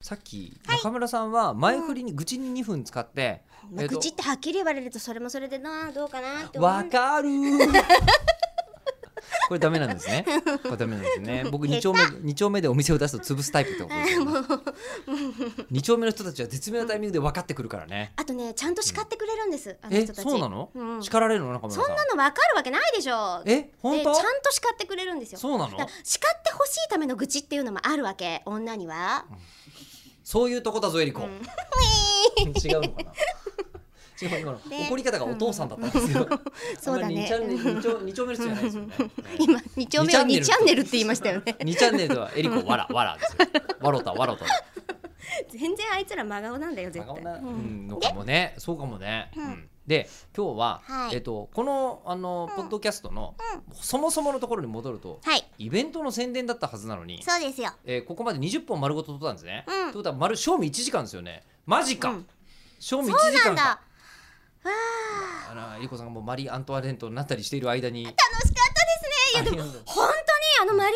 さっき中村さんは前振りに愚痴に2分使って、まあ、えっと愚痴ってはっきり言われるとそれもそれでなどうかなって思うわかる これダメなんですね。これダメなんです ね。僕二丁目二丁目でお店を出すと潰すタイプってことですよ、ね。二丁目の人たちは絶妙なタイミングで分かってくるからね。あとねちゃんと叱ってくれるんです、あのえ、人たちそうなの？うん叱られるの中村そさん。んなのわかるわけないでしょえ、本でちゃん当？と叱ってくれるんですよそうなだのか？ら叱ってほしいための愚痴っていうのもあるわけ女には、そういうとこだぞエリコ。うん 違うのかな。違うのか な。で怒り方がお父さんだったんですよ。そうだねあんまり二丁目二丁目の人じゃないですよね。今2丁目は二2チャンネルって言いましたよね二チャンネルではエリコわらわらですよ。わろたわろた。全然あいつら真顔なんだよ絶真顔対、なううんんのかもね、そうかもね。うんうんで今日は、はいえっとこのあの、ポッドキャストの、そもそものところに戻ると、はいイベントの宣伝だったはずなのに、そうですよえーここまで20本丸ごと取ったんですね。うんってことは丸賞味1時間ですよね。マジか。うん賞味1そう時な間んかだ。あらえりこさんがもうマリー・アントワレントになったりしている間に。楽しかったですねいやでも大変だ本当にあのマリー・アントワネ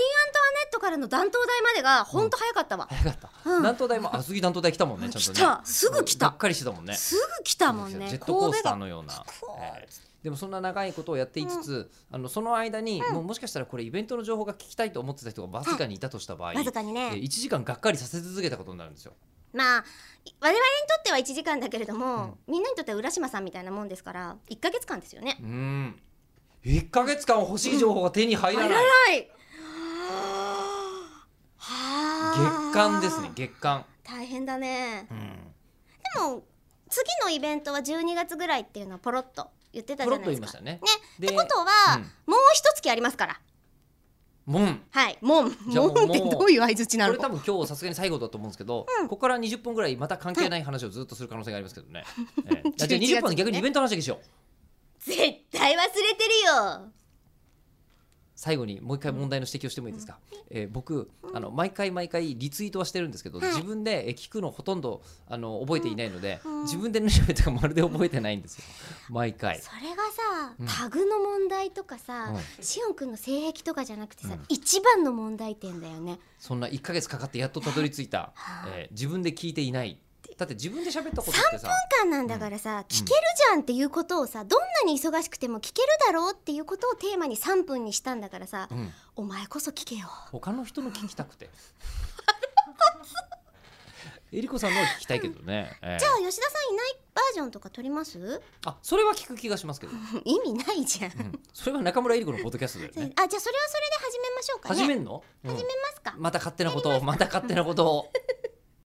ットからの断頭台までが本当早かったわ、早かった。南東大もあ次南東大来たもんねちゃんと来ね。たすぐ来がたっかりしてたもんね。すぐ来たもんねジェットコースター神戸がのようなこう。えーでもそんな長いことをやっていつつ、あのその間に、もうもしかしたらこれイベントの情報が聞きたいと思ってた人がわずかにいたとした場合、わずかにねえー1時間がっかりさせ続けたことになるんですよ。まあい我々にとっては1時間だけれども、みんなにとっては浦島さんみたいなもんですから1か月間ですよねうーん。1ヶ月間欲しい情報が手に入らない。はい月間ですね月間。大変だねうん。でも次のイベントは12月ぐらいっていうのをポロッと言ってたポじロゃッなと言いでいすまかしたね。ねでってことは、うんもう一月ありますからもん。はいもんじゃあももうんってもうどういう相づちなこのれ多分今日さすがに最後だと思うんですけど、ここから20分ぐらいまた関係ない話をずっとする可能性がありますけどね。え えあじゃあ20分は逆にイベントの話だけしよう。絶対忘れてるよ最後にもう一回問題の指摘をしてもいいですか、えー僕あの毎回毎回リツイートはしてるんですけど、はい自分でえー聞くのほとんどあの覚えていないので、自分で何喋ったかまるで覚えてないんですよ毎回それがさ、タグの問題とかさ、うんしおんくんの性癖とかじゃなくてさ、一番の問題点だよねそんな1か月かかってやっとたどり着いた、えー自分で聞いていないだって自分で喋ったことってさ間なんだからさ、聞けるじゃんっていうことをさどんなに忙しくても聞けるだろうっていうことをテーマに3分にしたんだからさ、うんお前こそ聞けよ他の人の聞きたく てえりこさんのは聞きたいけどね、えーじゃあ吉田さんいないバージョンとか撮りますあそれは聞く気がしますけど、意味ないじゃん、うんそれは中村えりこのポッドキャストだよそれね あじゃあそれはそれで始めましょうかね始めんの、うん始めますか、また勝手なことをまた勝手なことを